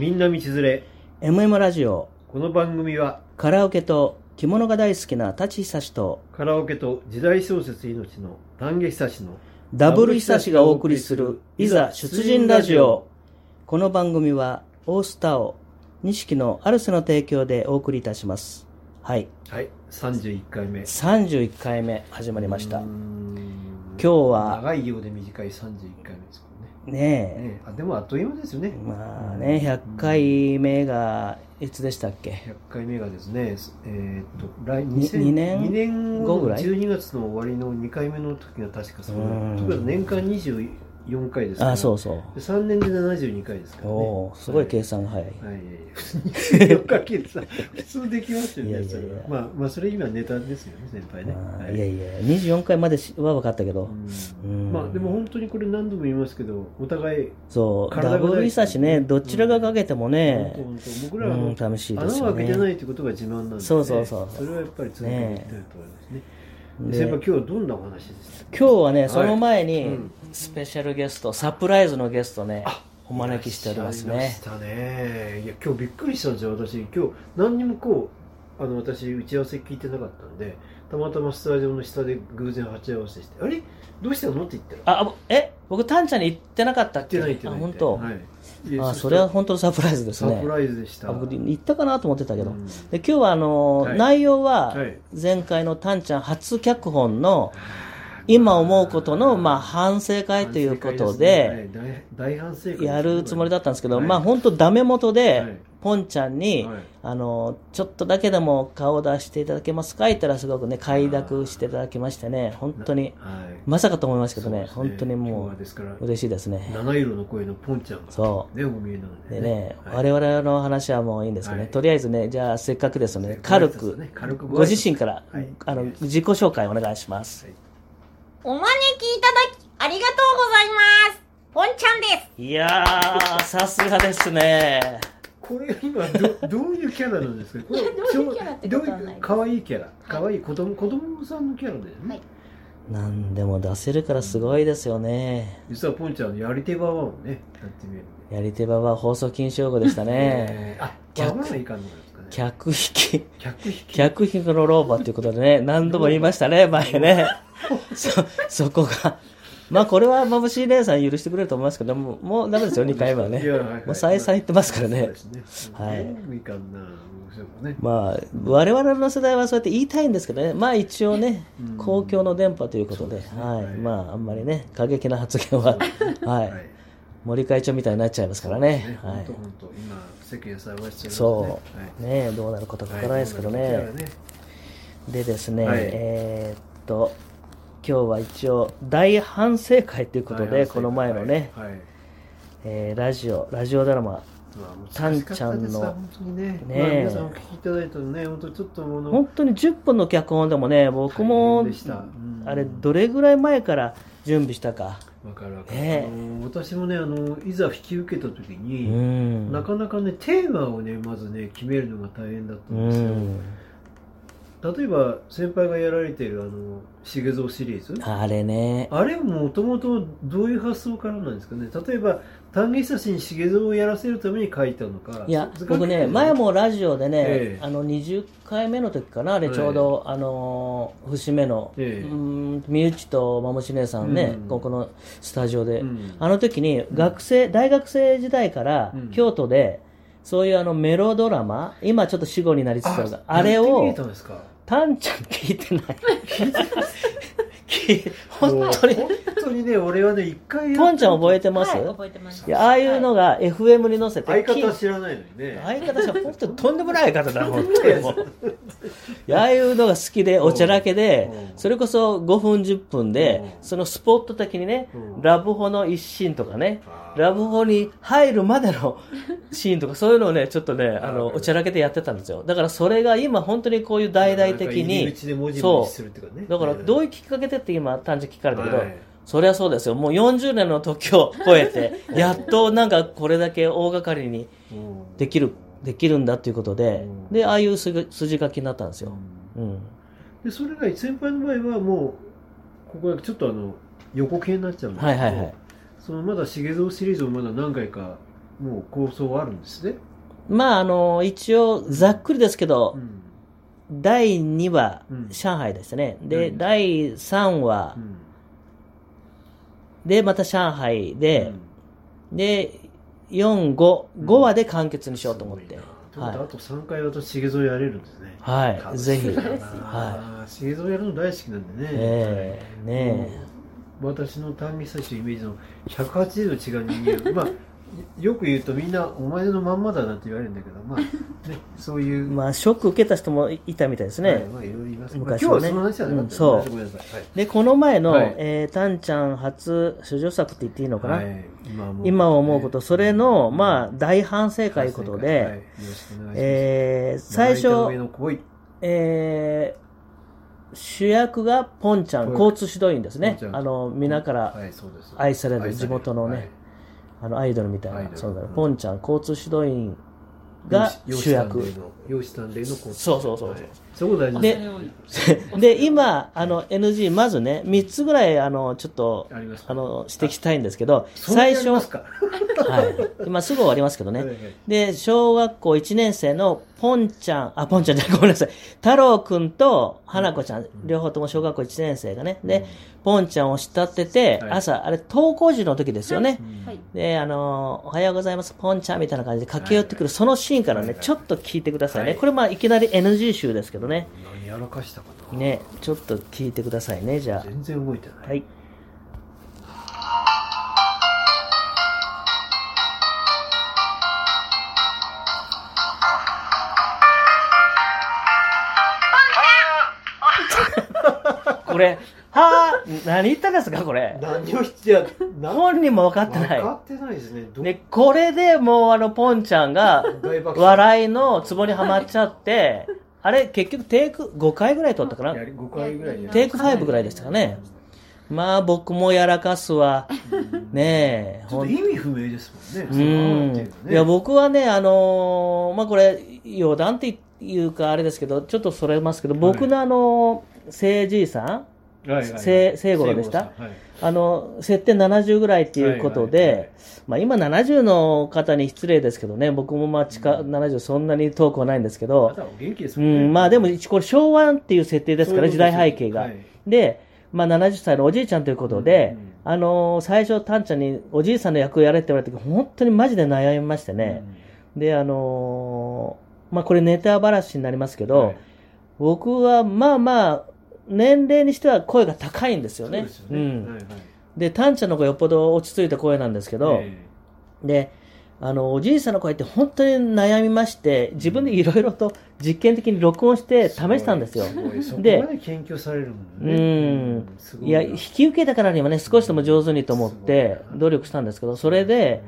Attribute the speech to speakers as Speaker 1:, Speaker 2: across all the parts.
Speaker 1: んな道連れ
Speaker 2: MM ラジオ
Speaker 1: この番組は
Speaker 2: カラオケと着物が大好きな舘久志と
Speaker 1: カラオケと時代小説命の丹下久志の
Speaker 2: ダブル久志がお送りするいざ出陣ラジオこの番組はオースターを錦のアルスの提供でお送りいたしますはい
Speaker 1: はい31回目
Speaker 2: 31回目始まりました
Speaker 1: うー
Speaker 2: ね
Speaker 1: ん
Speaker 2: 今日は
Speaker 1: 長いようで短い31回目ですか
Speaker 2: え
Speaker 1: らねねあでもあっという間ですよね
Speaker 2: まあね100回目がいつでしたっけ
Speaker 1: 100回目がですね、えーっと来
Speaker 2: に
Speaker 1: 2000
Speaker 2: 二年
Speaker 1: 二年
Speaker 2: 後
Speaker 1: 後
Speaker 2: ぐ
Speaker 1: の
Speaker 2: らい
Speaker 1: 12月の終わりの2回目の時が確かそう
Speaker 2: うん
Speaker 1: ということは年間24回ですから
Speaker 2: あそうそう
Speaker 1: で3年で72回ですからね
Speaker 2: おおすごい計
Speaker 1: 算
Speaker 2: 算が早い
Speaker 1: はいはいはいはい、かけて さ普通できますよね
Speaker 2: いやいやいや
Speaker 1: それはまあまあそれ今ネタですよね先輩ね
Speaker 2: まあ
Speaker 1: はい
Speaker 2: いやいや24回までしは分かったけど
Speaker 1: うん
Speaker 2: うん
Speaker 1: まあでも本当にこれ何度も言いますけどお互い
Speaker 2: そう、
Speaker 1: 体が
Speaker 2: ダ
Speaker 1: 大事
Speaker 2: ブルイサシね、どちらがかけても
Speaker 1: 本
Speaker 2: ね
Speaker 1: 当、本当僕ら
Speaker 2: う
Speaker 1: はあの
Speaker 2: ん、寂しいです
Speaker 1: 穴
Speaker 2: よ
Speaker 1: を開けてな
Speaker 2: ね。
Speaker 1: いということが自慢なんで、ね、
Speaker 2: そうそうそう
Speaker 1: それはやっぱり続けていきたいと思いますね
Speaker 2: で
Speaker 1: 先輩今日はどんなお話ですか
Speaker 2: 今日は
Speaker 1: は
Speaker 2: ね、
Speaker 1: い
Speaker 2: その前
Speaker 1: う
Speaker 2: に
Speaker 1: ん、
Speaker 2: スペシャルゲスト、サプライズのゲストね
Speaker 1: あ、
Speaker 2: お招きしております
Speaker 1: いらっ
Speaker 2: ね。
Speaker 1: しゃいましたねいや今日びっくりしたんですよ私今日何にもこうあの私打ち合わせ聞いてなかったんでたまたまスタジオの下で偶然鉢合わせしてあれどうしたのって言ったら
Speaker 2: あ、あぼえ、僕、タンちゃんに行ってなかったっ
Speaker 1: 行って
Speaker 2: け
Speaker 1: ない行ってない
Speaker 2: あ、本当。
Speaker 1: はいで
Speaker 2: あ、
Speaker 1: した
Speaker 2: そ
Speaker 1: ら
Speaker 2: れは本当のサプライズです
Speaker 1: サ
Speaker 2: ね
Speaker 1: プ。ライズでした
Speaker 2: あ僕、行ったかなと思ってたけど
Speaker 1: う。ん
Speaker 2: で、今日は、あの
Speaker 1: は
Speaker 2: ー、
Speaker 1: い
Speaker 2: 内容は
Speaker 1: はい、
Speaker 2: 前回のタンちゃん初脚本の、今思うことの、まあ、反省会ということで、
Speaker 1: 反省会すねはい大大反省会ですね
Speaker 2: やるつもりだったんですけど、
Speaker 1: はい
Speaker 2: まあ本当ダメ元で、
Speaker 1: はい
Speaker 2: ポンちゃんに、
Speaker 1: はい
Speaker 2: あの、ちょっとだけでも顔を出していただけますか言ったらすごくね、快諾していただきましてね、本当に、
Speaker 1: はい
Speaker 2: まさかと思いますけど
Speaker 1: そう
Speaker 2: ね、
Speaker 1: です
Speaker 2: 本当に
Speaker 1: 今
Speaker 2: も
Speaker 1: 日はですから
Speaker 2: う、嬉しいですね。
Speaker 1: 七色の声のポンちゃんが
Speaker 2: そ
Speaker 1: ねお見えなの
Speaker 2: で
Speaker 1: で
Speaker 2: ね、
Speaker 1: はい
Speaker 2: 我々の話はもういいんですけどね、
Speaker 1: はい
Speaker 2: とりあえずね、じゃあせっかくですので、
Speaker 1: せっかく
Speaker 2: 軽
Speaker 1: です
Speaker 2: く
Speaker 1: ね軽く、ご挨拶
Speaker 2: ご自身から
Speaker 1: はい、
Speaker 2: あ
Speaker 1: お願
Speaker 2: の
Speaker 1: いし、ます
Speaker 2: 自己紹介お願いします。
Speaker 3: お招きいただき、ありがとうございます。ポンちゃんです。
Speaker 2: いやー、さすがですね。
Speaker 1: これ今 どどういうキャラなんですかこれ
Speaker 3: どういうキャラってことはない
Speaker 1: どういう可愛いキャラ可愛い子供子供さんのキャラだよね、
Speaker 3: はい
Speaker 2: 何でも出せるからすごいですよね。
Speaker 1: 実はポンちゃんのやり手ババアをねやってみるんで
Speaker 2: やり手ババは放送禁止用語でしたね。
Speaker 1: えーあバ
Speaker 2: 客
Speaker 1: バアはいかんのですかね
Speaker 2: 客引き。
Speaker 1: 客引き
Speaker 2: 客引きの老婆ということでね、何度も言いましたね、前 ね。そ、そこが。まあこれはまぶしい姉さん許してくれると思いますけど、もう、もうダメですよ、2回目はね。
Speaker 1: いやはいはい
Speaker 2: もう再三言ってますから
Speaker 1: そう
Speaker 2: ね
Speaker 1: で。すね
Speaker 2: はい
Speaker 1: どういかんな面白いもんね
Speaker 2: まあ、我々の世代はそうやって言いたいんですけどね、まあ一応ね、公共の電波ということで、はい、
Speaker 1: はい
Speaker 2: まああんまりね、過激な発言は、はい、
Speaker 1: はい
Speaker 2: 森会長みたいになっちゃいますからね。は
Speaker 1: 本当
Speaker 2: い。
Speaker 1: 本当今世間騒がしてる
Speaker 2: そ
Speaker 1: は
Speaker 2: う。ねどうなることかわからないですけど
Speaker 1: は
Speaker 2: ね。でですね、
Speaker 1: はい
Speaker 2: えーっと今日は一応大反省会ということで、この前のね、
Speaker 1: はいはい
Speaker 2: えーラジオラジオドラマ
Speaker 1: まあ
Speaker 2: タンちゃ
Speaker 1: 難しかった
Speaker 2: んの
Speaker 1: ですわ本当にね
Speaker 2: ねえ
Speaker 1: まあ皆さんお聞きいただいたのね本当ちょっともの
Speaker 2: 本当に10分の脚本でもね僕も、
Speaker 1: 大変でしたうん
Speaker 2: あれどれぐらい前から準備したか
Speaker 1: わかるわかる、
Speaker 2: ねえ
Speaker 1: あの私もねあのいざ引き受けた時
Speaker 2: う
Speaker 1: に、
Speaker 2: ん
Speaker 1: なかなかねテーマをねまずね決めるのが大変だった
Speaker 2: うん
Speaker 1: ですよ、
Speaker 2: ん
Speaker 1: 例えば先輩がやられてるあの重蔵シリーズ
Speaker 2: あれね
Speaker 1: あれもともとどういう発想からなんですかね例えば丹下久志に重蔵をやらせるために書いたのか
Speaker 2: いや
Speaker 1: それから
Speaker 2: 僕ね前もラジオでね、
Speaker 1: ええ
Speaker 2: あの20回目の時かなあれちょうど、あのー節目の、
Speaker 1: ええ
Speaker 2: うん身内とまもし姉さんね、
Speaker 1: うん
Speaker 2: ここのスタジオで、
Speaker 1: うん
Speaker 2: あの時に学生、大学生時代から
Speaker 1: うん
Speaker 2: 京都で、そういうあのメロドラマ今ちょっと死後になりつつあるがあれ
Speaker 1: やってみ
Speaker 2: を
Speaker 1: たんですか
Speaker 2: タンちゃん聞いてない 聞い本当に
Speaker 1: もう本当にね俺はね一回
Speaker 2: ポンちゃん覚
Speaker 1: え
Speaker 2: えてます、
Speaker 3: はい、
Speaker 2: い、
Speaker 3: 覚えてます。
Speaker 2: やああいうのが FM に載せて
Speaker 1: 相
Speaker 2: 聞い
Speaker 1: 方知らないのにね
Speaker 2: 相方じゃ本当にとんでもない相方だ本当にもうい やああいうのが好きでおちゃらけで
Speaker 1: うん
Speaker 2: それこそ5分10分で
Speaker 1: うん
Speaker 2: そのスポット的にね
Speaker 1: うん
Speaker 2: ラブホの一シーンとかね
Speaker 1: あー
Speaker 2: ラブホに入るまで のシーンとかそういうのをねちょっとね
Speaker 1: な
Speaker 2: あの
Speaker 1: るほど
Speaker 2: おちゃらけでやってたんですよだからそれが今本当にこういう大々的
Speaker 1: なんか入り
Speaker 2: に
Speaker 1: 口で文字文字
Speaker 2: そ
Speaker 1: するっていうかね
Speaker 2: うだからどういううきっかけでって今単純に聞かれたけど、
Speaker 1: はい
Speaker 2: そりゃそうですよもう40年の時を超え てやっとなんかこれだけ大掛かりに
Speaker 1: うん
Speaker 2: できるできるんだということで、
Speaker 1: うん
Speaker 2: でああいう筋筋書きになったんですよ、うん、
Speaker 1: でそれが先輩の場合はもうここがちょっとあの横系になっちゃうんです
Speaker 2: は
Speaker 1: け
Speaker 2: い
Speaker 1: ど
Speaker 2: はいはい
Speaker 1: そのまだ重蔵シリーズをまだ何回かもう構想はあるんですね。
Speaker 2: まあ、あの、一応、ざっくりですけど
Speaker 1: う、ん。
Speaker 2: 第2話
Speaker 1: うん、
Speaker 2: 上海ですね。
Speaker 1: う
Speaker 2: で、
Speaker 1: ん
Speaker 2: 第3話
Speaker 1: う、ん。
Speaker 2: で、また上海
Speaker 1: う
Speaker 2: で、
Speaker 1: ん
Speaker 2: で、4、5、
Speaker 1: うん
Speaker 2: 5話で完結にしようと思っ
Speaker 1: す
Speaker 2: て
Speaker 1: ごい。なということはあ
Speaker 2: は
Speaker 1: と3回私、重蔵やれるんですね。
Speaker 2: い。はい。ぜひ。
Speaker 1: 楽しみだ
Speaker 2: え
Speaker 1: な重蔵やるの大好きなんでね。
Speaker 2: えねえ。
Speaker 1: もう私の短期接種イメージの180度違う人間まあよく言うとみんなお前のまんまだなって言われるんだけどまあねそういう、
Speaker 2: まあ、ショック受けた人もいたみたいですね。
Speaker 1: はいまあいろいろいます、まあ、
Speaker 2: 昔
Speaker 1: 今日
Speaker 2: は
Speaker 1: は
Speaker 2: ね
Speaker 1: その話じゃなかった、
Speaker 2: うんそう
Speaker 1: ごめんなさいはい
Speaker 2: で、この前の、
Speaker 1: はい
Speaker 2: えー、タンちゃん初処女作って言っていいのかな、
Speaker 1: はい今思う
Speaker 2: 今思うこと、それの、まあ、大反省
Speaker 1: あ
Speaker 2: 会ことで、
Speaker 1: はい、よろしくお願いします、
Speaker 2: えー最
Speaker 1: 七板上
Speaker 2: 初、
Speaker 1: の恋
Speaker 2: えー主役がポンちゃん、
Speaker 1: ポン
Speaker 2: 交通指導員ですね
Speaker 1: ポンち。ゃん
Speaker 2: あの、皆から
Speaker 1: はいそうです
Speaker 2: 愛される地元のね、あの、アイドルみたい
Speaker 1: アイ
Speaker 2: な
Speaker 1: ド、ル
Speaker 2: そうだね
Speaker 1: うん
Speaker 2: ポンちゃん、交通指導員
Speaker 1: が
Speaker 2: が
Speaker 1: 主
Speaker 2: 主
Speaker 1: 役
Speaker 2: 役。
Speaker 1: 容姿端麗の子
Speaker 2: そうそうそうそう
Speaker 1: はい、そこ大事
Speaker 2: で、で、今、あの、NG、まずね、3つぐらい、あの、ちょっと、
Speaker 1: あります
Speaker 2: あの、指摘したいんですけど、
Speaker 1: そんなに
Speaker 2: 最
Speaker 1: やり
Speaker 2: 初
Speaker 1: ま、すか
Speaker 2: はい。今すぐ終わりますけどね。
Speaker 1: はいはい
Speaker 2: で、小学校1年生のポンちゃん、あ、ポンちゃんじゃない、ご めんなさい。太郎くんと花子ちゃん、両方とも小学校1年生がね。で、ポンちゃんを慕ってて、
Speaker 1: はい
Speaker 2: 朝、あれ、登校時の時ですよね。
Speaker 1: うん
Speaker 3: はい
Speaker 2: で、あのーおはようございます、ポンちゃんみたいな感じで駆け寄ってくる、そのシーンから
Speaker 1: はい
Speaker 2: ね、
Speaker 1: はい
Speaker 2: ちょっと聞いてくださいね。
Speaker 1: はい
Speaker 2: これ、まあ、いきなり NG 集ですけどね。
Speaker 1: 何やらかしたかな
Speaker 2: ね、ちょっと聞いてくださいね、じゃ
Speaker 1: 全然動いて
Speaker 2: あ。
Speaker 1: ない、
Speaker 2: はい。これ、はぁ、何言ったんですか、これ。
Speaker 1: 何をしてや何
Speaker 2: 本人も分かって
Speaker 1: 分
Speaker 2: ない。
Speaker 1: かってないですねど
Speaker 2: で、これでもうあの、ポンちゃんが、
Speaker 1: 大爆
Speaker 2: 笑いのツボにはまっちゃって、あれ、結局テイク5回ぐらい撮ったかな
Speaker 1: やり5回ぐらいやり
Speaker 2: テイク5ぐらいでしたかね。まあ、僕もやらかすわ。
Speaker 1: うん
Speaker 2: ねえ、
Speaker 1: ちょっと
Speaker 2: ん
Speaker 1: 意味不明ですもんね
Speaker 2: う
Speaker 1: そのってい
Speaker 2: ん
Speaker 1: のは。ね
Speaker 2: いや、僕はね、あのーまあこれ、余談っていうかあれですけど、ちょっとそれますけど、僕のあのー、聖じいさん、
Speaker 1: はいはいはい
Speaker 2: せ聖五郎でした
Speaker 1: 聖五郎さんはい
Speaker 2: あの、設定70ぐらいっていうことで、
Speaker 1: はいはいはい
Speaker 2: まあ今70の方に失礼ですけどね、僕もまあ近、
Speaker 1: うん
Speaker 2: 70そんなに遠くはないんですけ
Speaker 1: ま
Speaker 2: ど、
Speaker 1: だお元気です
Speaker 2: う
Speaker 1: もんね
Speaker 2: ん、まあでも一応これ昭和っていう設定ですか
Speaker 1: そ
Speaker 2: ら、
Speaker 1: ういう
Speaker 2: 時
Speaker 1: こと
Speaker 2: 代
Speaker 1: です
Speaker 2: 背景が。
Speaker 1: はい
Speaker 2: で、まあ、70歳のおじいちゃんということで、
Speaker 1: うんうん
Speaker 2: あのー最初、タンちゃんにおじいさんの役をやれって言われて、本当にマジで悩みましてね。で、あのーまあ、これネタばらしになりますけ
Speaker 1: うん
Speaker 2: ど、
Speaker 1: はい
Speaker 2: 僕はまあまあ、年齢にしては声が高いんです
Speaker 1: そ
Speaker 2: よ
Speaker 1: う
Speaker 2: ね。
Speaker 1: ですよね
Speaker 2: ん。
Speaker 1: はいはい
Speaker 2: で、タンちゃんの声よっぽど落ち着いた声なんですけど、
Speaker 1: え
Speaker 2: で、あの、おじいさんの声って本当に悩みまして、自分でいろいろと実験的に録音して
Speaker 1: え
Speaker 2: 試したんですよ。
Speaker 1: ごいそこま
Speaker 2: で
Speaker 1: で研究されるもんね
Speaker 2: うん
Speaker 1: うすご
Speaker 2: いや、
Speaker 1: な
Speaker 2: 引き受けたからにはね、少しでも上手にと思って
Speaker 1: すごいな
Speaker 2: 努力したんですけど、それで、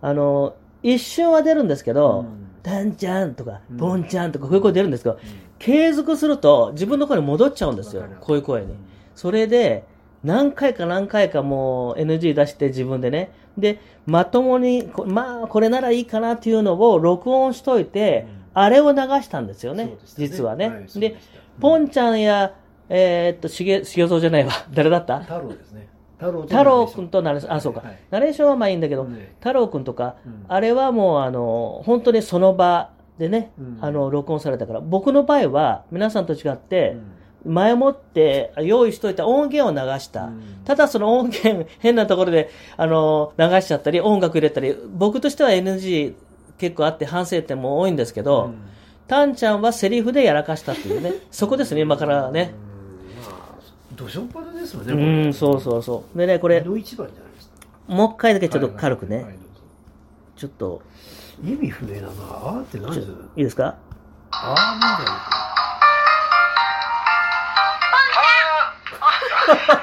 Speaker 2: あの、一瞬は出るんですけ
Speaker 1: うんう
Speaker 2: ど、
Speaker 1: ん
Speaker 2: タンちゃんとか
Speaker 1: うん、
Speaker 2: ボンちゃんとか、こういう声出るんですけど、継続すると自分の声に戻っちゃうんですよ
Speaker 1: わかる、
Speaker 2: こういう声
Speaker 1: う
Speaker 2: に
Speaker 1: ん。
Speaker 2: それで、何回か何回かもう NG 出して自分でね。で、まともに、こまあ、これならいいかなっていうのを録音しといて、
Speaker 1: うん
Speaker 2: あれを流したんですよね
Speaker 1: そうで、した
Speaker 2: 実はね。
Speaker 1: いそう
Speaker 2: で、
Speaker 1: した
Speaker 2: ポンちゃんや、えーっと、しげ、しげぞうじゃないわ。誰だった
Speaker 1: 太郎ですね。太郎
Speaker 2: 太郎くんとナレーション、あ、そうか
Speaker 1: はい。
Speaker 2: ナレーションはまあいいんだけど、
Speaker 1: ね
Speaker 2: 太郎くんとか、
Speaker 1: うん
Speaker 2: あれはもうあの、本当にその場でね
Speaker 1: うん、
Speaker 2: あの、録音されたから、僕の場合は、皆さんと違って、前もって用意しといた音源を流した。
Speaker 1: うん
Speaker 2: ただその音源、 変なところで、あの、流しちゃったり、音楽入れたり、僕としては NG 結構あって反省点も多いんですけ
Speaker 1: う
Speaker 2: ど、
Speaker 1: ん
Speaker 2: タンちゃんはセリフでやらかしたってい うね、そこですね、今からね。
Speaker 1: うんまあ、どしょっぱなですよね。
Speaker 2: う
Speaker 1: これ
Speaker 2: ん、そうそうそう。でね、これ
Speaker 1: こ、の一番じゃないですか。
Speaker 2: もう一回だけちょっと軽く
Speaker 1: はいはい
Speaker 2: ね、
Speaker 1: はいどうぞ
Speaker 2: ちょっと、
Speaker 1: 意味不明だな。あーって何で
Speaker 2: ちょ
Speaker 1: す
Speaker 2: いいですか
Speaker 1: あーみたいな。意味不
Speaker 2: こ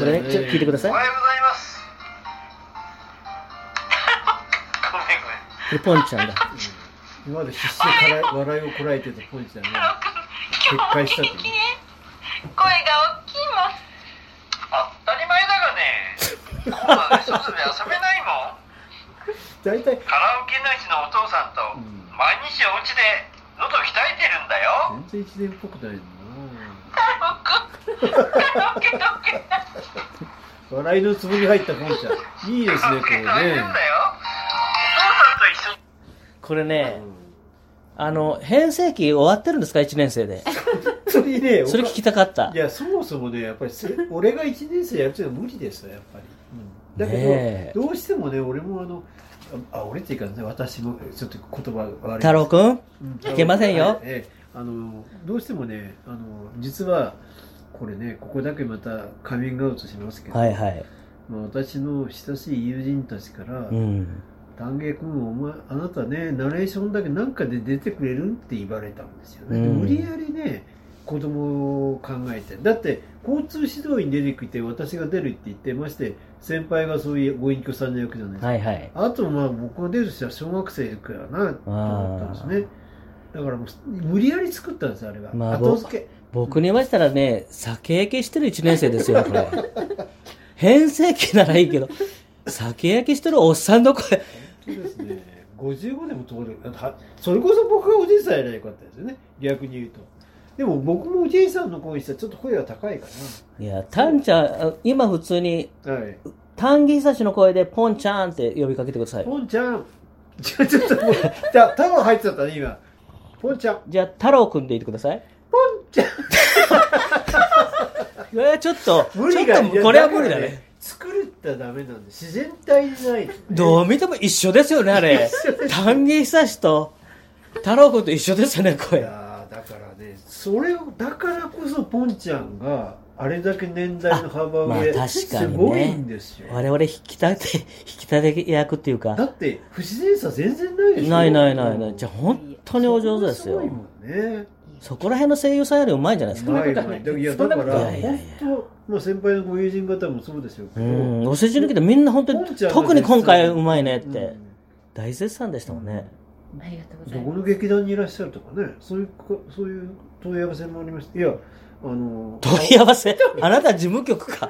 Speaker 1: 明だ
Speaker 2: れね、ちょっと聞いてくだ
Speaker 4: おは
Speaker 2: さい。
Speaker 4: ようございます。ごめんごめん。
Speaker 2: でポンちゃんが。
Speaker 1: 今まで必死でから笑いをこらえてたポンちゃんが撤回したっていう。
Speaker 3: 声が大きいもん。
Speaker 4: 当たり前だがね。こんなね、外で遊べないもん。
Speaker 1: 大体
Speaker 4: カラオケの日のお父さんと
Speaker 1: うん
Speaker 4: 毎日お家で喉鍛えてるんだよ。
Speaker 1: 全然一年っぽくないな。
Speaker 3: カラオケ、カラオケ、カラオケ。
Speaker 1: 笑いのつぼに入ったポンちゃん。いいですね、これ
Speaker 4: 大丈夫
Speaker 1: ね。
Speaker 4: だよ。お父さんと一緒に
Speaker 2: これ
Speaker 1: う
Speaker 2: ね、
Speaker 1: ん
Speaker 2: あの、編成期終わってるんですか ?1 年 生で。
Speaker 1: 本当にね、
Speaker 2: それ聞きたかった
Speaker 1: い。や、そもそもね、やっぱりせ、俺が1年生やるっていうのは無理ですよ、やっぱり。うんだけど、
Speaker 2: ねえ
Speaker 1: どうしてもね、俺もあの、あ、あ俺っていうかね、私も、ちょっと言葉悪い。
Speaker 2: 太郎くん
Speaker 1: うん
Speaker 2: いけませんよ
Speaker 1: ええあのどうしてもねあの実はこれねここだけまたカミングアウトしますけど、
Speaker 2: はいはい。
Speaker 1: まあ、私の親しい友人たちから
Speaker 2: うん。
Speaker 1: 「丹下君お前あなたねナレーションだけなんかで出てくれるん?」って言われたんですよね、
Speaker 2: うん
Speaker 1: 無理やりね子供を考えてだって交通指導に出てきて私が出るって言ってまして先輩がそういうご隠居さんの役じゃないですか
Speaker 2: はいはい。
Speaker 1: あとまあ僕が出る人は小学生くらいだなと思ったんですね。だからもう無理やり作ったんですよあれは。
Speaker 2: まあ
Speaker 1: 後付け。
Speaker 2: 僕に言わしたらね、酒焼けしてる1年生ですよ、これ。編成期ならいいけど、酒焼けしてるおっさんの声。
Speaker 1: そうですね。55でも通る。あとはそれこそ僕がおじいさんやりゃよかったですよね。逆に言うと。でも僕もおじいさんの声にしたらちょっと声が高いか
Speaker 2: いや、タンちゃん、あ今普通に、
Speaker 1: な。はい。
Speaker 2: タンギーサシの声でポンちゃんって呼びかけてください。
Speaker 1: ポンちゃん。じゃあちょっともう、じゃあ多分入っちゃったね今。ポンちゃん。
Speaker 2: じゃあ、太郎くんでいてください。
Speaker 1: ポンちゃん。
Speaker 2: いや、ちょっと、ちょ
Speaker 1: 無
Speaker 2: っ
Speaker 1: 理が
Speaker 2: と、これは無理だね。。
Speaker 1: 作るってダメなんで自然体にないとね。
Speaker 2: どう見ても一緒ですよね、あれ。タンギーサシと、太郎くんと一緒ですよね、
Speaker 1: い
Speaker 2: 声。
Speaker 1: やーだからねそれをだからこそポンちゃんがあれだけ年代の幅
Speaker 2: まあ
Speaker 1: 上、
Speaker 2: 確か
Speaker 1: す
Speaker 2: にね
Speaker 1: ごいんですよ
Speaker 2: 我々引き立て、引き立て役っていうか
Speaker 1: だ。って不自然さ全然ないでしょ
Speaker 2: ないないないない。じゃあ
Speaker 1: あ
Speaker 2: 本当にお上手ですよ
Speaker 1: ごい。もんね
Speaker 2: そこら辺の声優さんよりうまいんじゃないです
Speaker 1: うま
Speaker 2: か。
Speaker 1: いもんいやだから
Speaker 2: いやいやいや
Speaker 1: 本当、まあ、先輩のご友人方もそうですよ
Speaker 2: う
Speaker 1: けど
Speaker 2: ん、お世辞抜きでみんな本当
Speaker 1: ポン
Speaker 2: に
Speaker 1: ちゃ、んが
Speaker 2: 特に今回うまいねっ
Speaker 1: う
Speaker 2: て、
Speaker 1: ん
Speaker 2: 大絶賛でしたもんね。
Speaker 3: ありがとうござ
Speaker 1: ど
Speaker 3: い
Speaker 1: こ
Speaker 3: ます。
Speaker 1: の劇団にいらっしゃるとかねそういうこそういう問い合わせもありましたいやあの
Speaker 2: 問い合 わせ、あなた事務局か。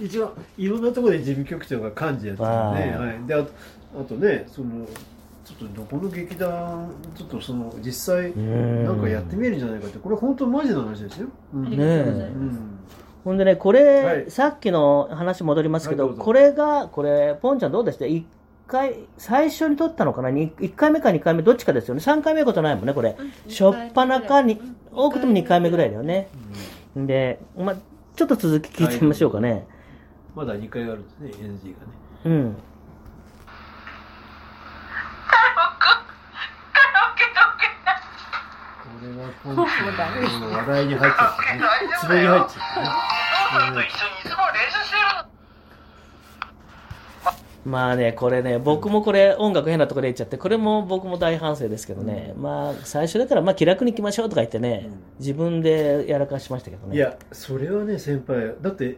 Speaker 1: 一応いろんなところで事務局長が幹事やってたんで,、
Speaker 2: あ
Speaker 1: はい、であとあとねそのちょっとどこの劇団ちょっとその実際
Speaker 2: ん
Speaker 1: なんかやってみるんじゃないかってこれ本当マジな話ですよ、うん
Speaker 3: あ
Speaker 1: う
Speaker 3: り
Speaker 1: ん
Speaker 3: がとうござい
Speaker 2: ね
Speaker 3: ます。
Speaker 2: ほんでね、こ
Speaker 1: は
Speaker 2: れ、
Speaker 1: い
Speaker 2: さっきの話戻りますけど、
Speaker 1: はいどうぞ
Speaker 2: これが、これ、ポンちゃんどうでした一回、最初に撮ったのかなに一回目か二回目、どっちかですよね。三回目ことないもんね、これ。しょっぱなかに、多くても二回目ぐらいだよね。で、ま、ちょっと続き聞いてみましょうかね。
Speaker 1: まだ2回あるんですね NG がね
Speaker 2: うん。
Speaker 4: カラオケどけな
Speaker 1: これは本当に話題に入っちゃったねツボに入っちゃっ
Speaker 4: お父さんと一緒にいつも練習してるの。
Speaker 2: まあね、これね、僕もこれ音楽変なところで言っちゃって、これも僕も大反省ですけどね、まあ最初だから、まあ気楽に行きましょうとか言ってね、
Speaker 1: うん
Speaker 2: 自分でやらかしましたけど
Speaker 1: た
Speaker 2: ね。
Speaker 1: ねいやそれはね先輩だって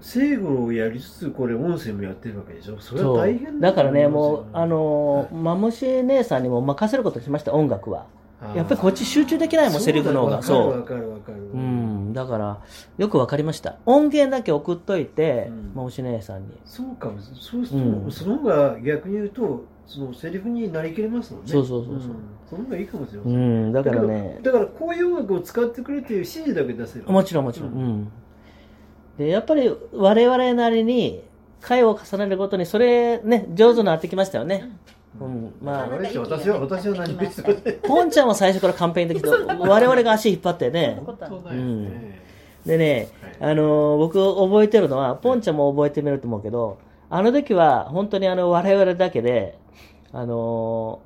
Speaker 1: 聖語をやりつつこれ音声もやってるわけでしょそれ
Speaker 2: そう、
Speaker 1: は大変
Speaker 2: だ
Speaker 1: と
Speaker 2: から
Speaker 1: 思い
Speaker 2: ね、
Speaker 1: ますよ
Speaker 2: もう、あのー、まむし姉さんにも任せることにしました、音楽は。
Speaker 1: あー
Speaker 2: やっぱりこっち集中できないもん、セリフの方が。
Speaker 1: そう
Speaker 2: そ
Speaker 1: だ
Speaker 2: う
Speaker 1: わ。かるわかるわかる
Speaker 2: うん、だから、よくわかりました。音源だけ送っといて
Speaker 1: うん、
Speaker 2: まむし姉さんに。
Speaker 1: そうかもそうそう、
Speaker 2: うん
Speaker 1: その方が逆に言うとそのセリフになりきれますもんね
Speaker 2: そうそうそうそうん
Speaker 1: その方がいいかもしれま
Speaker 2: う
Speaker 1: せん、
Speaker 2: ん、だ
Speaker 1: だ
Speaker 2: か
Speaker 1: け
Speaker 2: ら
Speaker 1: ど
Speaker 2: ね、
Speaker 1: だからこういう音楽を使ってくれっていう指示だけ出せる
Speaker 2: もちろんもちろん。うん。で、やっぱり我々なりに、回を重ねるごとに、それね、上手になってきましたよね。うん。ま
Speaker 1: あ
Speaker 2: あ、
Speaker 1: れですよ私は私は何も言ってない
Speaker 2: ポンちゃんは最初から完璧だけど、 我々が足引っ張ってね。
Speaker 1: ことないですね、
Speaker 2: でね、あのー僕覚えてるのは、ポンちゃんも覚えてみると思うけど、あの時は本当にあの我々だけで、あの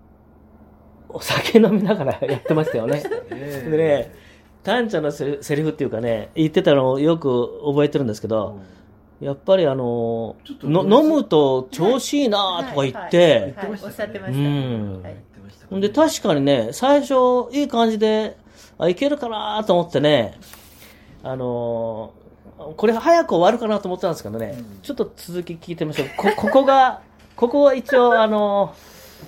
Speaker 2: ーお酒飲みながら やってましたよね。
Speaker 1: ね
Speaker 2: でね、タンちゃんのセリセリフっていうかね、言ってたのをよく覚えてるんですけど、やっぱりあのー
Speaker 1: ちょっと
Speaker 2: の飲むと調子いいなとか言って、
Speaker 1: はい
Speaker 3: おっしゃってま
Speaker 1: は
Speaker 2: う
Speaker 3: した。
Speaker 2: ん
Speaker 3: は。い
Speaker 1: 言ってました
Speaker 2: ほんで、確かにね、最初、いい感じで、あ、いけるかなと思ってね、あのーこれ早く終わるかなと思ってたんですけどね、
Speaker 1: うん
Speaker 2: ちょっと続き聞いてみましょう。こ、 ここが、ここは一応、あの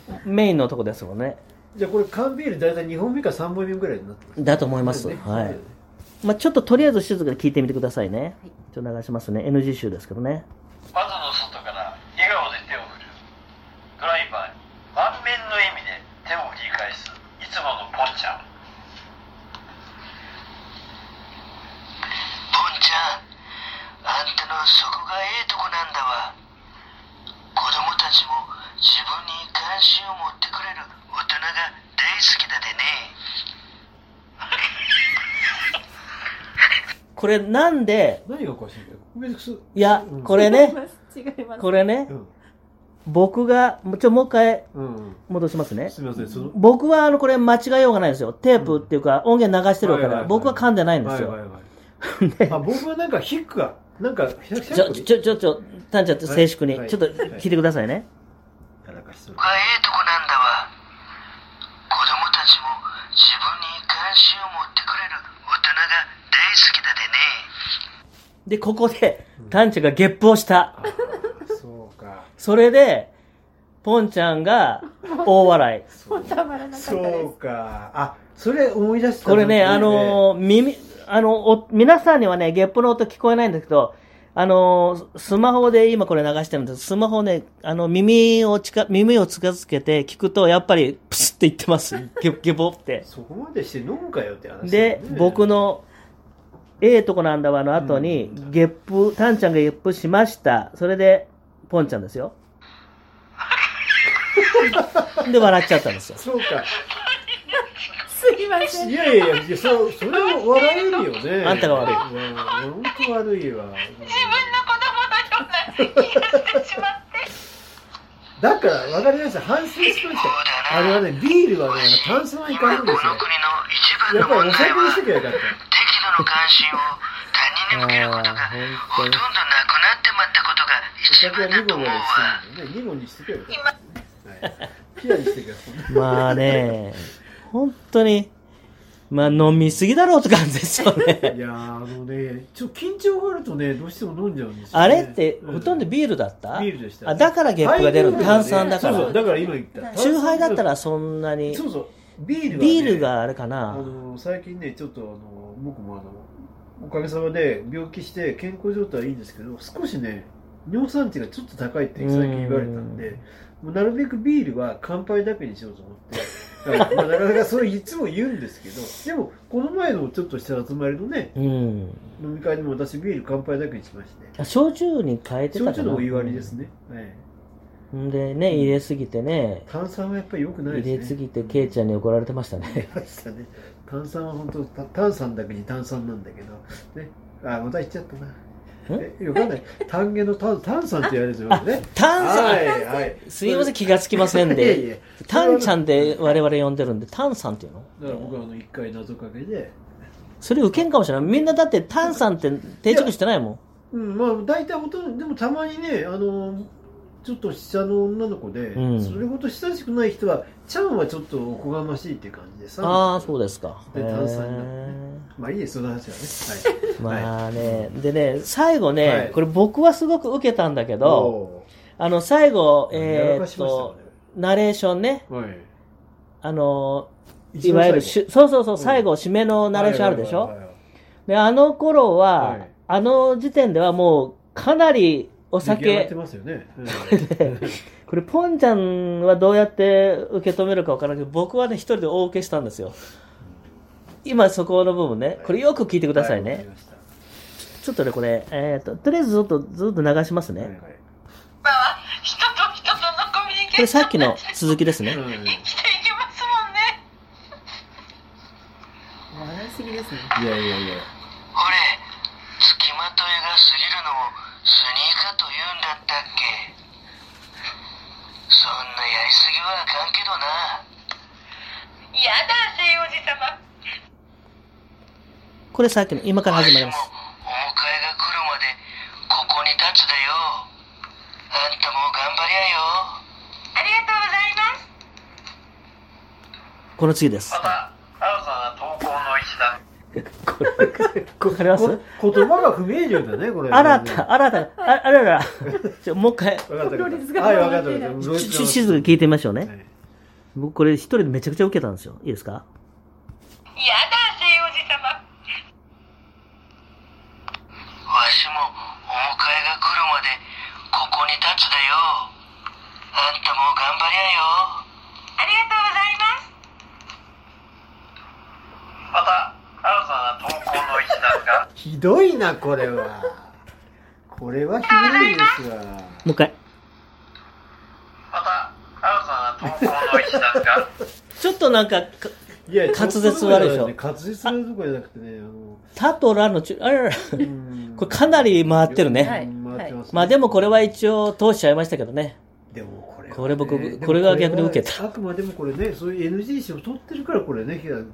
Speaker 2: ーメインのとこですもんね。
Speaker 1: じゃあこれ缶ビール大体2本目か3本目ぐらいになって
Speaker 2: だと思います。はい。まあ、ちょっととりあえず静かに聞いてみてくださいね。ちょっと流しますね。NG 集ですけどね。
Speaker 4: 窓の外から笑顔で手を振るドライバーに満面の笑みで手を振り返すいつものポンちゃんポンちゃんあんたのそこがえ自分に関心を持ってくれる大人が大好きだでね
Speaker 2: これなんで、
Speaker 1: 何がおかしいんだよ別にす
Speaker 2: いや
Speaker 1: うん、
Speaker 2: これね、
Speaker 3: 違います。違います。
Speaker 2: これね
Speaker 1: う、ん
Speaker 2: 僕が、もうちょ、もう一回
Speaker 1: うん
Speaker 2: 戻しますね。
Speaker 1: すみませんその
Speaker 2: 僕は、あの、これ間違いようがないんですよ。テープっていうか、音源流してるか
Speaker 1: はいはい
Speaker 2: ら、
Speaker 1: はい
Speaker 2: 僕は噛んでないんで
Speaker 1: は
Speaker 2: す
Speaker 1: いはい
Speaker 2: よ。
Speaker 1: はい
Speaker 2: で
Speaker 1: あ僕はなんかヒックがなんかひゃく
Speaker 2: ちょ、ちょ、ちょ、ちょ、タンちゃん、静粛に
Speaker 1: は、い
Speaker 2: ちょっと聞いてくださいね。
Speaker 1: やらかしそう
Speaker 4: 僕はええとこなんだわ子供たちも自分に関心を持ってくれる大人が大好きだでね
Speaker 2: で、ここで、タンちゃんがゲップをし
Speaker 1: あ
Speaker 2: た。
Speaker 1: ーそうか
Speaker 2: それで、ポンちゃんが大笑 い。
Speaker 1: そう
Speaker 3: たまらなかったで
Speaker 1: そうかあそれ思い出した
Speaker 2: これね、あのー耳、あの、お皆さんにはね、ゲップの音聞こえないんですけど、あのースマホで今これ流してるんですスマホね、あの、耳を近、耳を近づけて聞くと、やっぱり、プスって言ってます。ゲゲボって。
Speaker 1: そこまでして飲むかよって話だよ
Speaker 2: で
Speaker 1: ね、
Speaker 2: 僕の、ええとこなんだわの後に、
Speaker 1: うん
Speaker 2: ゲップ、タンちゃんがゲップしました。それで、ポンちゃんで すよ。で、笑っちゃったんですよ。
Speaker 1: そうか
Speaker 3: す。すいません。
Speaker 1: いやいやいやそそれは笑えるよね
Speaker 2: あんたが悪い
Speaker 1: い本当悪いわ
Speaker 3: 自分の子供のような気がしてしまって。
Speaker 1: だから分かりました反省しましたあれはねビールはね炭酸 はいかない
Speaker 4: 今
Speaker 1: んで
Speaker 4: こ
Speaker 1: すよ
Speaker 4: の国の
Speaker 1: や
Speaker 4: 一
Speaker 1: っぱ
Speaker 4: 番の
Speaker 1: りお酒
Speaker 4: 問題
Speaker 1: に
Speaker 4: は
Speaker 1: しときゃよかった
Speaker 4: 適度の関心を他人に向けることが
Speaker 2: あー
Speaker 4: ほと
Speaker 2: 本当
Speaker 4: ん
Speaker 2: に
Speaker 4: どなくなってまったことが
Speaker 1: お
Speaker 4: 一
Speaker 1: 酒は
Speaker 4: 番だ
Speaker 1: 2
Speaker 4: と
Speaker 1: 本
Speaker 4: 思う
Speaker 1: までし
Speaker 4: わ
Speaker 1: てるんでね2本にしときゃよかっ
Speaker 3: 今、
Speaker 1: た、はい、ピアにしてください
Speaker 2: まあね、本当に、まあ飲みすぎだろうって感じです よね。
Speaker 1: いやーあのねちょっと緊張があるとねどうしても飲んじゃうんですよ、ね、
Speaker 2: あれって、
Speaker 1: う
Speaker 2: ほとんどビールだった
Speaker 1: ビールでした
Speaker 2: あ、だからゲップが出るの
Speaker 1: ハイボール
Speaker 2: 炭酸だか
Speaker 1: そう
Speaker 2: ら
Speaker 1: そう。だから今言った
Speaker 2: チューハイだった
Speaker 1: 炭
Speaker 2: らそんな
Speaker 1: 酸
Speaker 2: に
Speaker 1: そ、うそうビールは、ね、
Speaker 2: ビールがあれか
Speaker 1: あ
Speaker 2: な。
Speaker 1: の最近ねちょっとあの僕もあのおかげさまで病気して健康状態はいいんですけど少しね尿酸値がちょっと高いって最近言われたんでもうなるべくビールは乾杯だけにしようと思って、だからまあなかなかそれいつも言うんですけどでもこの前のちょっとした集まりのね
Speaker 2: うん。
Speaker 1: 飲み会でも私ビール乾杯だけにしまして
Speaker 2: あ焼酎に変えてたかな
Speaker 1: 焼酎のお湯割りですね、はい、
Speaker 2: んでね、入れすぎてね、
Speaker 1: 炭酸はやっぱり良くない
Speaker 2: 入
Speaker 1: ですね
Speaker 2: れすぎてケイちゃんに怒られてましたね。
Speaker 1: ましたね炭酸は本当た炭酸だけに炭酸なんだけどねあまた言っちゃったなえよくわかんない単元の炭炭酸って言われてますね
Speaker 2: 炭
Speaker 1: は
Speaker 2: 酸
Speaker 1: いはい
Speaker 2: すいません、気がつきません
Speaker 1: いやい
Speaker 2: で。
Speaker 1: や
Speaker 2: 炭ちゃんで我々呼んでるんで、炭さんっていうの
Speaker 1: だから僕はあの一回謎かけで
Speaker 2: それ受けんかもしれない。みんなだって炭さんって定着してないもん。
Speaker 1: うんまあ大体ほとんどでもたまにねあのちょっと下の女の子で、
Speaker 2: うん
Speaker 1: それほど親しくない人はちゃんはちょっとおこがましいっていう感じでさ
Speaker 2: ああ、そう
Speaker 1: だ
Speaker 2: ですか。
Speaker 1: で炭酸になってね
Speaker 2: へ
Speaker 1: まあいいですその話はね
Speaker 2: ーまあね、でね、最後ね、
Speaker 1: はい
Speaker 2: これ僕はすごく受けたんだけ
Speaker 1: はい
Speaker 2: ど、
Speaker 1: お
Speaker 2: あの、最後、
Speaker 1: ーや
Speaker 2: え
Speaker 1: らか
Speaker 2: ーっ
Speaker 1: しました
Speaker 2: と、ナレーションね、
Speaker 1: ねはい
Speaker 2: あの、
Speaker 1: 一
Speaker 2: い
Speaker 1: 番最
Speaker 2: わゆ
Speaker 1: 後
Speaker 2: るしゅ、そうそうそうう、
Speaker 1: ん
Speaker 2: 最後、締めのナレーションあるでしょ、
Speaker 1: はいはいはいはい
Speaker 2: で、あの頃は、
Speaker 1: はい
Speaker 2: あの時点ではもう、かなりお
Speaker 1: 出来上がって
Speaker 2: 酒、
Speaker 1: ますよね。うん
Speaker 2: これ、ポンちゃんはどうやって受け止めるかわからないけど、僕はね、一人で大受けしたんですよ。今、そこの部分ね、これよく聞いてくださいね。
Speaker 1: はいわかりました
Speaker 2: ちょっとね、これ、えーっと、とりあえずずっと、ずっと流しますね。
Speaker 3: 今は人と人とのコミュニケーション。
Speaker 2: これさっきの続きですね。
Speaker 1: はいはい
Speaker 3: 生きていけますもんね。笑いすぎですね。
Speaker 1: いやいやいや。
Speaker 4: ほれつきまといが過ぎるのをスニーカーと言うんだったっけそんなやりすぎはあかんけどな
Speaker 3: やだ、聖おじ様。
Speaker 2: これさっきの、今から始まります
Speaker 4: わ。しもお迎えが来るまでここに立つだよあんたも頑張りゃよ
Speaker 3: ありがとうございます。
Speaker 2: この次です
Speaker 4: ま。た新たな投稿の一覧
Speaker 2: これ、わかります
Speaker 1: こ言葉が不明瞭だね、これ。
Speaker 2: 新た、新た、ああらら。ちょ、もう一回、ち
Speaker 1: わかった。
Speaker 3: プロレスが
Speaker 1: はい、わかった。わかった
Speaker 2: ょちょ静かに聞いてみましょう
Speaker 1: は
Speaker 2: ね。
Speaker 1: い
Speaker 2: 僕、これ一人でめちゃくちゃ受けたんですよ。いいですか
Speaker 3: やだ、聖おじ様。
Speaker 4: わしもお迎えが来るまでここに立つだよあんたも頑張りゃよ
Speaker 3: ありがとうございます。
Speaker 4: また新たな投稿の一覧が
Speaker 1: ひどいな、これは。これはひどいですわ。
Speaker 2: もう一回。
Speaker 4: また
Speaker 5: 投稿の一覧が、
Speaker 2: ちょっとなんか、か
Speaker 1: いや
Speaker 2: 滑舌悪いでしょ
Speaker 1: 滑舌悪いとかじゃなくてね、あの、
Speaker 2: タとラのちゅ、あれら、こ
Speaker 1: うん
Speaker 2: れかなり回ってるね。
Speaker 1: はい
Speaker 6: は
Speaker 1: 回
Speaker 6: い
Speaker 1: ってますね
Speaker 2: まあでもこれは一応通しちゃいましたけどね。
Speaker 1: でもこれはね、
Speaker 2: これ僕
Speaker 1: でも
Speaker 2: これが逆に受けた
Speaker 1: これはあくまでもこれね、そういう NG 賞を取ってるからこれね、ひらね、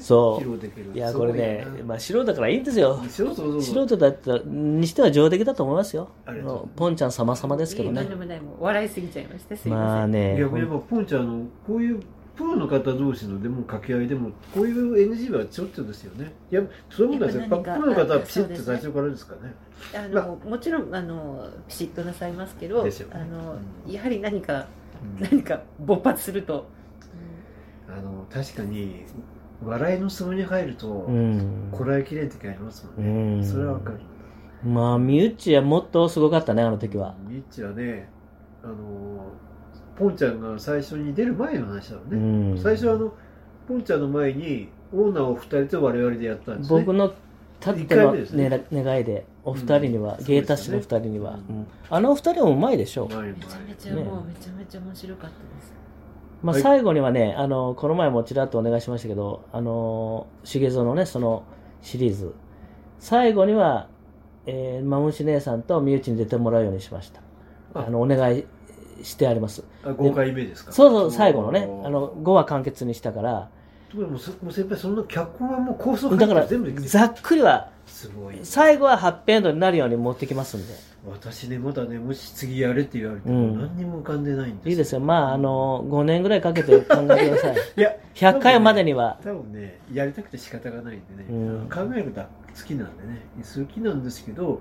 Speaker 2: そう
Speaker 1: 披露できる。
Speaker 2: いや、
Speaker 1: す
Speaker 2: こ
Speaker 1: ご
Speaker 2: れ
Speaker 1: い
Speaker 2: ね
Speaker 1: よ、
Speaker 2: まあ素人だからいいんですよ。
Speaker 1: そうそうそうそ
Speaker 2: 素
Speaker 1: う。
Speaker 2: 人だったにしては上出来だと思いますよ。
Speaker 1: ありがとうございます
Speaker 2: ポンちゃん様々ですけど
Speaker 6: い
Speaker 2: ね
Speaker 6: えと。んでもないもう笑いすぎちゃいましたすい
Speaker 2: まあ
Speaker 6: ま
Speaker 2: ね、
Speaker 1: 逆に言えば、ポンちゃん、あの、こういうプロの方同士のでも掛け合いでも、こういう NG はちょっとですよね。いや、そういうことなんですよ。
Speaker 6: やっ
Speaker 1: プ
Speaker 6: ぱ
Speaker 1: ロ
Speaker 6: 何か
Speaker 1: の方はピシ
Speaker 6: そう
Speaker 1: ッ
Speaker 6: です
Speaker 1: と
Speaker 6: ね
Speaker 1: 最初からですからね。
Speaker 6: せんあのもちろんあのピシッとなさいますけど
Speaker 1: ですよね
Speaker 6: あの
Speaker 1: うん
Speaker 6: やはり何か
Speaker 1: うん
Speaker 6: 何か勃発すると
Speaker 1: あの、確かに、笑いの相に入ると
Speaker 2: う、ん。
Speaker 1: こらえきれん時ありますもんね。
Speaker 2: うん
Speaker 1: それはわかる。
Speaker 2: まあ、身内はもっとすごかったね、あの時は。
Speaker 1: ミッチはね、あのポンちゃんが最初に出る前の話だもんね。
Speaker 2: うん
Speaker 1: 最初はあのポンちゃんの前にオーナーを二人と我々でやったんですね。
Speaker 2: 僕のたって
Speaker 1: 一回
Speaker 2: の
Speaker 1: 目ですね
Speaker 2: ねら願いで、お二人には、
Speaker 1: うん
Speaker 2: 芸達者の二人には、
Speaker 1: そうです
Speaker 2: う
Speaker 1: ね
Speaker 2: んあのお二人もうまいでしょう。
Speaker 1: 前
Speaker 6: めちゃめちゃ
Speaker 2: ね
Speaker 6: もうめちゃめちゃ面白かったです
Speaker 2: まあ、
Speaker 1: はい
Speaker 2: 最後にはね、あの、この前もちらっとお願いしましたけど、あの、茂蔵のね、そのシリーズ。最後には、えー、マムシ姉さんと身内に出てもらうようにしました。あ
Speaker 1: あ
Speaker 2: の、お願いしてあります。
Speaker 1: あ5回目ですか。
Speaker 2: そうそう、最後のね、
Speaker 1: おー
Speaker 2: あの、5話完結にしたから、
Speaker 1: でもそもう先輩そんな脚本はもう構想
Speaker 2: だから
Speaker 1: 全部、
Speaker 2: ざっくりは、
Speaker 1: すごい。
Speaker 2: 最後はハッピーエンドになるように持ってきますんで。
Speaker 1: 私ねまだねもし次やれって言われて
Speaker 2: う
Speaker 1: も
Speaker 2: ん
Speaker 1: 何にも浮かんでないんです。
Speaker 2: いいですよ。まあ、あの、5年ぐらいかけて考えてくだ さい。
Speaker 1: いや
Speaker 2: 100回までには。
Speaker 1: 多分ねやりたくて仕方がないんでね、
Speaker 2: うん
Speaker 1: 考えるのは好きなんでね好きなんですけど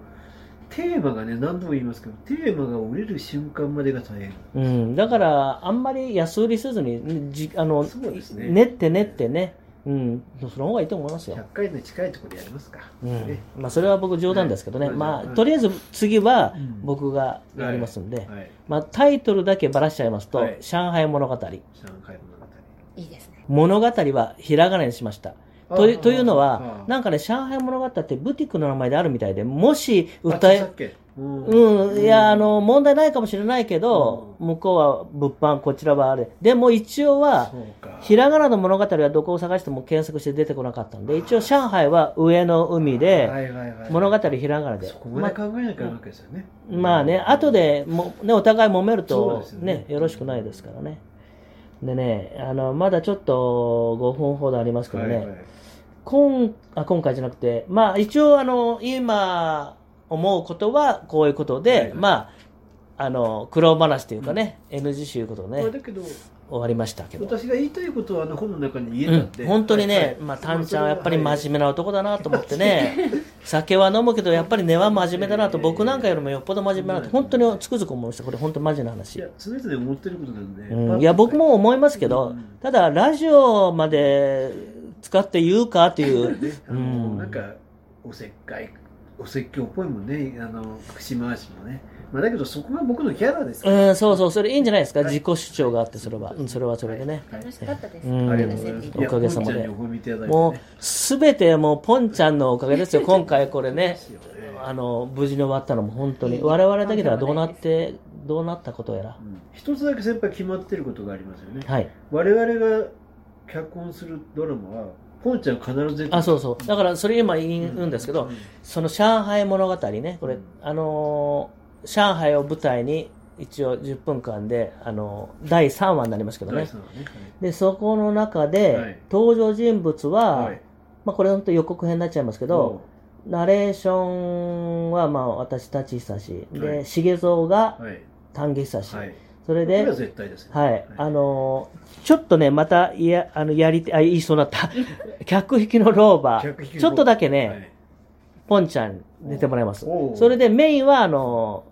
Speaker 1: テーマがね何度も言いますけどテーマが折れる瞬間までが大変
Speaker 2: うん、だから、あんまり安売りせずに、じあの、
Speaker 1: そうですね
Speaker 2: 練って練ってね、うん、その方がいいと思いますよ
Speaker 1: 100。回の近いところでやりますか、
Speaker 2: う
Speaker 1: ね
Speaker 2: ん、まあ、それは僕冗談ですけどね、
Speaker 1: はい
Speaker 2: まあ、
Speaker 1: はい
Speaker 2: とりあえず次は
Speaker 1: うん
Speaker 2: 僕がやりますんで、
Speaker 1: はい
Speaker 2: まあ、タイトルだけばらしちゃいますと、
Speaker 1: はい
Speaker 2: 上海物語。
Speaker 1: 上海物語
Speaker 3: いいですね。
Speaker 2: 物語はひらがなにしました。と
Speaker 1: あ
Speaker 2: い
Speaker 1: ー
Speaker 2: というの
Speaker 1: あ
Speaker 2: は、
Speaker 1: ー
Speaker 2: なんかね、上海物語ってブティックの名前であるみたいで、もし歌
Speaker 1: あ著
Speaker 2: え
Speaker 1: 作、権うん
Speaker 2: うん、いや、あの、問題ないかもしれないけど、
Speaker 1: う
Speaker 2: 向こうは物販、こちらはあれ。でも一応は、
Speaker 1: そうか
Speaker 2: ひらがなの物語はどこを探しても検索して出てこなかったんで、一応上海は上の海
Speaker 1: は
Speaker 2: で、
Speaker 1: いはいはい
Speaker 2: 物語ひらがなで
Speaker 1: そ。こま
Speaker 2: ま
Speaker 1: で考えなきゃいけないわけですよね、
Speaker 2: まあね、後でも、ね、お互い揉める
Speaker 1: そう
Speaker 2: と
Speaker 1: です、よね
Speaker 2: ね、よろしくないですからね。でね、あの、まだちょっと5分ほどありますけど
Speaker 1: はい
Speaker 2: ね、
Speaker 1: はい
Speaker 2: 今あ今回じゃなくて、まあ一応あの、今思うことはこういうことで、
Speaker 1: はいはい
Speaker 2: まあ、あの、苦労話というかね、NG 集いうこと
Speaker 1: まあ
Speaker 2: でね、
Speaker 1: だけど
Speaker 2: 終わりましたけど。
Speaker 1: 私が言いたいことはあの本の中に言
Speaker 2: う
Speaker 1: えたん
Speaker 2: ん
Speaker 1: で、、
Speaker 2: 本当にね、
Speaker 1: はいはい
Speaker 2: まあ、タンちゃんはやっぱり
Speaker 1: はい
Speaker 2: 真面目な男だなと思ってね、酒は飲むけど、やっぱり根は真面目だなと、僕なんかよりもよっぽど真面目だなと、本当につくづく思いました、これ、本当マジな話
Speaker 1: いや。常々思ってることなんで、
Speaker 2: うん、いや、僕も思いますけ
Speaker 1: う
Speaker 2: ど
Speaker 1: ん、
Speaker 2: ただ、ラジオまで使って言うか という、
Speaker 1: あの
Speaker 2: うん
Speaker 1: なんかおせっかいお説教っぽいもんねあの口回しもね、まあ、だけどそこが僕のキャラですから、
Speaker 2: うん、そうそう、それいいんじゃないですか、
Speaker 1: はい
Speaker 2: 自己主張があって、それは、うんそれはそれでね。
Speaker 1: はい
Speaker 3: 楽しかったです。
Speaker 2: うん
Speaker 1: ありがとうございます
Speaker 2: おかげさまで
Speaker 1: いやポンちゃんにお褒めいただいてね
Speaker 2: もう、すべてもう、ポンちゃんのおかげですよ、今回これね
Speaker 1: です。よね
Speaker 2: あの、無事に終わったのも本当に。我々だけではどうなって、どうなったことやら
Speaker 1: う。ん一つだけ先輩決まってることがありますよね
Speaker 2: はい。
Speaker 1: 我々が脚本するドラマはポンちゃん必ず出て
Speaker 2: あ、そうそう。だから、それ今言うんですけど、その上海物語ね、これ、あのー上海を舞台に、一応10分間で、あのー第3話になりますけど
Speaker 1: 第
Speaker 2: ね。
Speaker 1: 三話ね
Speaker 2: で、そこの中で、
Speaker 1: はい
Speaker 2: 登場人物は、
Speaker 1: はいはい
Speaker 2: まあ、これ本当予告編になっちゃいますけど、ナレーションは、まあ、私たち久し、
Speaker 1: は
Speaker 2: で、
Speaker 1: い
Speaker 2: 茂蔵が
Speaker 1: はい
Speaker 2: 丹下久し、
Speaker 1: はい
Speaker 2: それ
Speaker 1: これ
Speaker 2: で
Speaker 1: は、絶対ですね
Speaker 2: はい、あのーちょっとね、また、いや、あの、やりて、あ、言いそうに なった。客引きの老婆。
Speaker 1: 客引きの
Speaker 2: ちょっとだけね、
Speaker 1: はい
Speaker 2: ポンちゃん出てもらいます
Speaker 1: おう。
Speaker 2: それでメインは、あの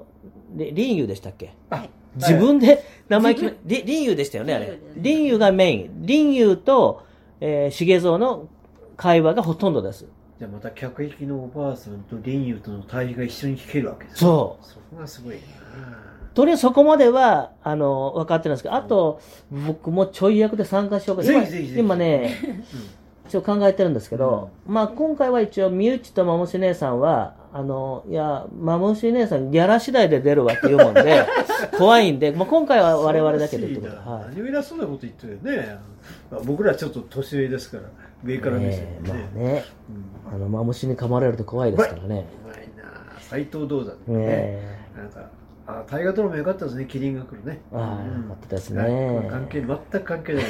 Speaker 2: ー、り林優でしたっけ
Speaker 1: あ
Speaker 2: 自分で名前決め、り林優でしたよね、あれ。林優がメイン。林優と、えー、茂蔵の会話がほとんどです。
Speaker 1: じゃあまた客引きのおばあさんと林優との対比が一緒に聞けるわけですね
Speaker 2: そ
Speaker 1: そこがすごいな
Speaker 2: う。とりあえずそこまでは、あのー、分かってるんですけど、あと、僕もちょい役で参加しようか。
Speaker 1: ぜ
Speaker 2: 今
Speaker 1: ひぜひぜひ
Speaker 2: 今ね、一応考えてるんですけど、まあ今回は一応、身内とまもし姉さんは、あの、いや、マムシ姉さん、ギャラ次第で出るわって言うもん で、怖いんで、まあ、今回は我々だけどってことで。
Speaker 1: 恐ろしいな
Speaker 2: はい。
Speaker 1: 何を偉そうなこと言ってるよね、まあ、僕らはちょっと年上ですから上から目線
Speaker 2: ね
Speaker 1: で
Speaker 2: えま
Speaker 1: ね
Speaker 2: あね、
Speaker 1: うん
Speaker 2: あの、マムシに噛まれると怖いですからね。
Speaker 1: うまいな斎藤銅山
Speaker 2: ね
Speaker 1: ね
Speaker 2: え。
Speaker 1: なんかあ大河ドラマ良かったですねキリンが来るね
Speaker 2: ああ、
Speaker 1: うん
Speaker 2: よかったです
Speaker 1: なん
Speaker 2: ね
Speaker 1: か。関係全く関 係ない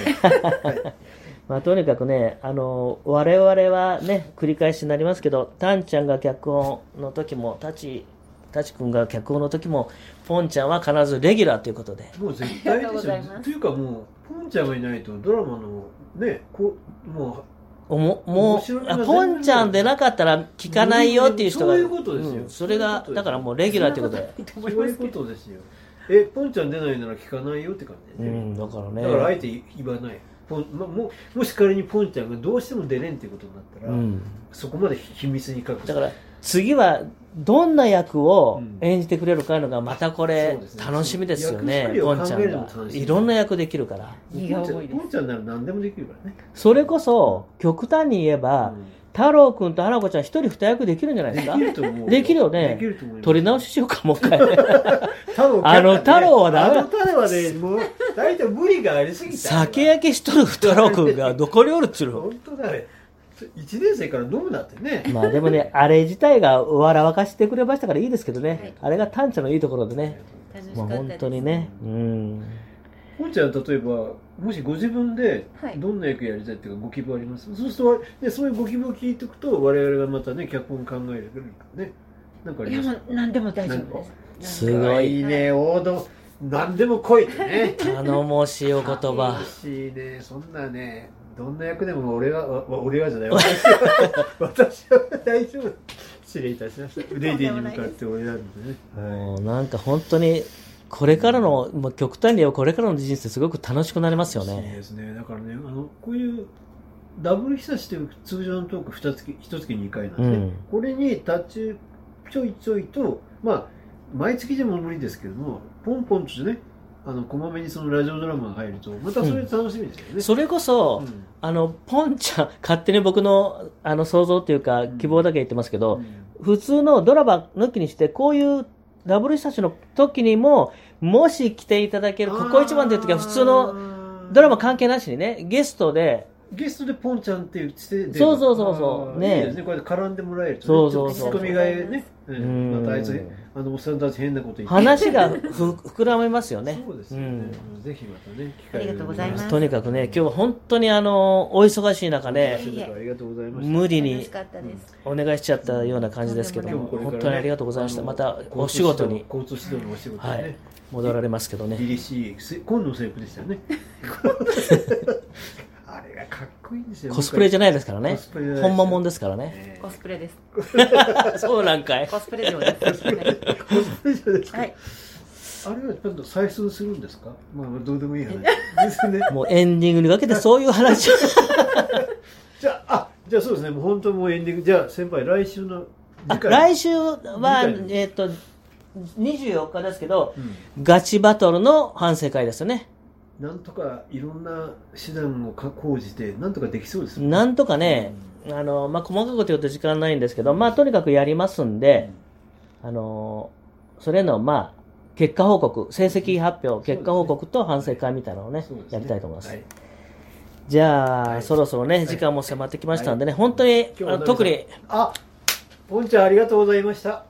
Speaker 2: まあ、とにかくね、あの、我々はね、繰り返しになりますけど、タンちゃんが脚本の時も、タチ、タチ君が脚本の時も、ポンちゃんは必ずレギュラーということで。
Speaker 1: もう絶対
Speaker 3: ありがとうご
Speaker 1: でし
Speaker 3: ざいます
Speaker 1: ょというかもうポンちゃんがいないとドラマのねこうも
Speaker 2: おも
Speaker 1: 面
Speaker 2: も
Speaker 1: 白いうな
Speaker 2: あポンちゃんでなかったら聞かないよっていう人が
Speaker 1: そういうことですよ
Speaker 2: んそれがだからもうレギュラーということで
Speaker 6: いいと
Speaker 1: うそ
Speaker 6: 思
Speaker 1: う
Speaker 6: いま
Speaker 1: いう
Speaker 6: す
Speaker 1: こ
Speaker 6: けど
Speaker 1: とですよえポンちゃん出ないなら聞かないよって感じ
Speaker 2: う
Speaker 1: でね、
Speaker 2: んだからね
Speaker 1: だからあえて言わないポン、ま、ももし仮にポンちゃんがどうしても出れんっていうことになった
Speaker 2: う
Speaker 1: ら、
Speaker 2: ん、
Speaker 1: そこまで秘密に隠す
Speaker 2: だから次はどんな役を
Speaker 1: うん
Speaker 2: 演じてくれるかのがまたこ
Speaker 1: そ
Speaker 2: れ
Speaker 1: うですね
Speaker 2: 楽しみですよね
Speaker 1: 役作りを
Speaker 2: ポン
Speaker 1: 考
Speaker 2: ちゃ
Speaker 1: え
Speaker 2: ん
Speaker 1: るのも
Speaker 2: が
Speaker 1: 楽しみ
Speaker 2: いろんな役できるから
Speaker 6: 荷が重いです
Speaker 1: ポンちゃんなら何でもできるからね。
Speaker 2: それこそ極端に言えば、
Speaker 1: うん
Speaker 2: 太郎くんと花子ちゃん一人二役できるんじゃないで
Speaker 1: です
Speaker 2: か
Speaker 1: きると思う。
Speaker 2: できるよね
Speaker 1: できると思います。
Speaker 2: 取り直ししようかもう一 回
Speaker 1: 太郎
Speaker 2: あの太郎はダ
Speaker 1: だ
Speaker 2: メ
Speaker 1: あの太郎はね、もう、大体無理がありすぎた。
Speaker 2: 酒焼けしとる太郎くんがどこにおるっちゅうの
Speaker 1: 本当だね。1年生から飲むなってね。
Speaker 2: まあでも ね、あれ自体が笑わかしてくれましたからいいですけどね、あれがタンチャのいいところでね、
Speaker 6: 楽し
Speaker 2: ま
Speaker 6: か
Speaker 2: あ
Speaker 6: ったです
Speaker 2: 本当にね、うん、
Speaker 1: ポンちゃんは例えば、もしご自分で
Speaker 3: はい
Speaker 1: どんな役やりたいっていうかご希望あります、そうすると、でそういうご希望を聞いていくと、我々がまたね、脚本考えるからね。なんかあ
Speaker 6: い
Speaker 1: り
Speaker 6: や
Speaker 1: ます
Speaker 6: もう何でも大丈夫です
Speaker 2: すごい、
Speaker 1: いいね、王道。何でも来いってね。
Speaker 2: 頼もしいお言葉
Speaker 1: 嬉、しいね、そんなね、どんな役でも俺は、わわ俺はじゃない、私は、私は大丈夫。失礼いたしました。レディーに向かって俺なんでね。
Speaker 2: もうなんか本当に、これからの、もう極端に言えばこれからの人生、すごく楽しくなりますよ
Speaker 1: 嬉しい
Speaker 2: ね。
Speaker 1: ですね。だからね、あの、こういう、ダブル久しという通常のトーク2月、1月2回なんで、
Speaker 2: うん
Speaker 1: これに立ちちょいちょいと、まあ、毎月でも無理ですけども、ポンポンとね、あの、こまめにそのラジオドラマが入ると、またそれ楽しみですよね。
Speaker 2: それこそ、
Speaker 1: うん
Speaker 2: あの、ポンちゃん、勝手に僕の、あの、想像というか、希望だけ言ってますけど、
Speaker 1: うん
Speaker 2: 普通のドラマ抜きにして、こういうダブル久しの時にも、もし来ていただける、ここ一番という時は普通の
Speaker 1: の
Speaker 2: ドラマ関係なしにね、ゲストで、
Speaker 1: ゲストでポンちゃんって言ってて
Speaker 2: そうそうそうそう
Speaker 1: あー
Speaker 2: ね
Speaker 1: いいですねこうやって絡んでもらえるとね
Speaker 2: そうそうそ
Speaker 1: ちょっ
Speaker 2: う
Speaker 1: とツッコミがね、う、
Speaker 2: うんん
Speaker 1: またあいつあのおっさんたち変なこと言って
Speaker 2: 話がふ膨らみますよね。
Speaker 1: そうですよね、ぜひまたね機会
Speaker 6: ありがとうございます
Speaker 2: とにかくね、今日は本当にあの、お忙しい中
Speaker 1: あ
Speaker 2: ね、
Speaker 1: りがとうございました
Speaker 2: 無理
Speaker 3: 楽
Speaker 2: に
Speaker 3: しかったです。
Speaker 2: お願いしちゃったような感じですけど
Speaker 1: 今
Speaker 2: も、
Speaker 1: 日これからね
Speaker 2: 本当にありがとうございました。
Speaker 1: あの
Speaker 2: またお仕事に
Speaker 1: 交通指導のお仕事に
Speaker 2: は
Speaker 1: ね
Speaker 2: い戻られますけどね。
Speaker 1: 凛々しいせ紺の制服でしたよ ねあれがかっこいいんですよ
Speaker 2: コスプレじゃないですから
Speaker 1: コ
Speaker 2: ね
Speaker 1: スプレじゃ。ない
Speaker 2: 本間もんですか らね。
Speaker 1: ね
Speaker 6: コスプレです
Speaker 2: そうなんかい。
Speaker 6: コスプレ嬢で すはい
Speaker 1: コスプレじゃないですか
Speaker 6: はい
Speaker 1: あれはちゃんと採寸するんですかまあどうでもいい話ですね
Speaker 2: もうエンディングにかけてそういう話 を。
Speaker 1: じゃあ、あ、じゃあそうですね。もう本当もうエンディング。じゃあ先輩、来週の
Speaker 2: あ
Speaker 1: 次回。
Speaker 2: 来週は
Speaker 1: 次回、
Speaker 2: えっと、24日ですけど
Speaker 1: う、ん
Speaker 2: ガチバトルの反省会ですよね。
Speaker 1: なんとかいろんな手段をか講じて、なんとかできそうですね。
Speaker 2: なんとかね、あの、まあ、細かく言うと時間ないんですけど、まあ、とにかくやりますんで、あの、それの、まあ、結果報告、成績発表、結果報告と反省会みたいなのをね、
Speaker 1: そうですね
Speaker 2: やりたいと思います。
Speaker 1: はい
Speaker 2: じゃあ、
Speaker 1: はい
Speaker 2: そろそろね、
Speaker 1: い
Speaker 2: 時間も迫ってきましたんでね、本当に、
Speaker 1: 今日
Speaker 2: あ
Speaker 1: は
Speaker 2: の特に、
Speaker 1: あ、ポンちゃんありがとうございま した。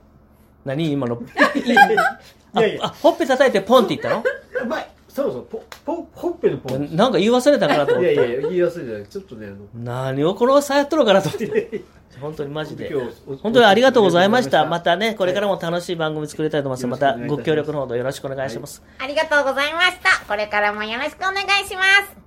Speaker 2: 何今の、
Speaker 1: いやい
Speaker 2: あ
Speaker 1: やい
Speaker 2: あ、
Speaker 1: や、
Speaker 2: ほっぺ叩いてポンって言った
Speaker 1: うまい。そうそう、ポ、ポ、ほっぺのポン。い
Speaker 2: のなんか言い忘れたかなと思っ
Speaker 1: やい
Speaker 2: て。
Speaker 1: やいや、言いやすいじゃない。ちょっとね、あの、
Speaker 2: 何をこのさやっとるかなと思って。
Speaker 1: 本
Speaker 2: 本当にマジで
Speaker 1: 今日お。
Speaker 2: 本当にありがとうございました。
Speaker 1: お
Speaker 2: またね、これからも楽しい番組作りたいと思います。ま
Speaker 1: はい
Speaker 2: たご協力のほどよろしくお願いします。
Speaker 3: ありがとうございました。これからもよろしくお願いします。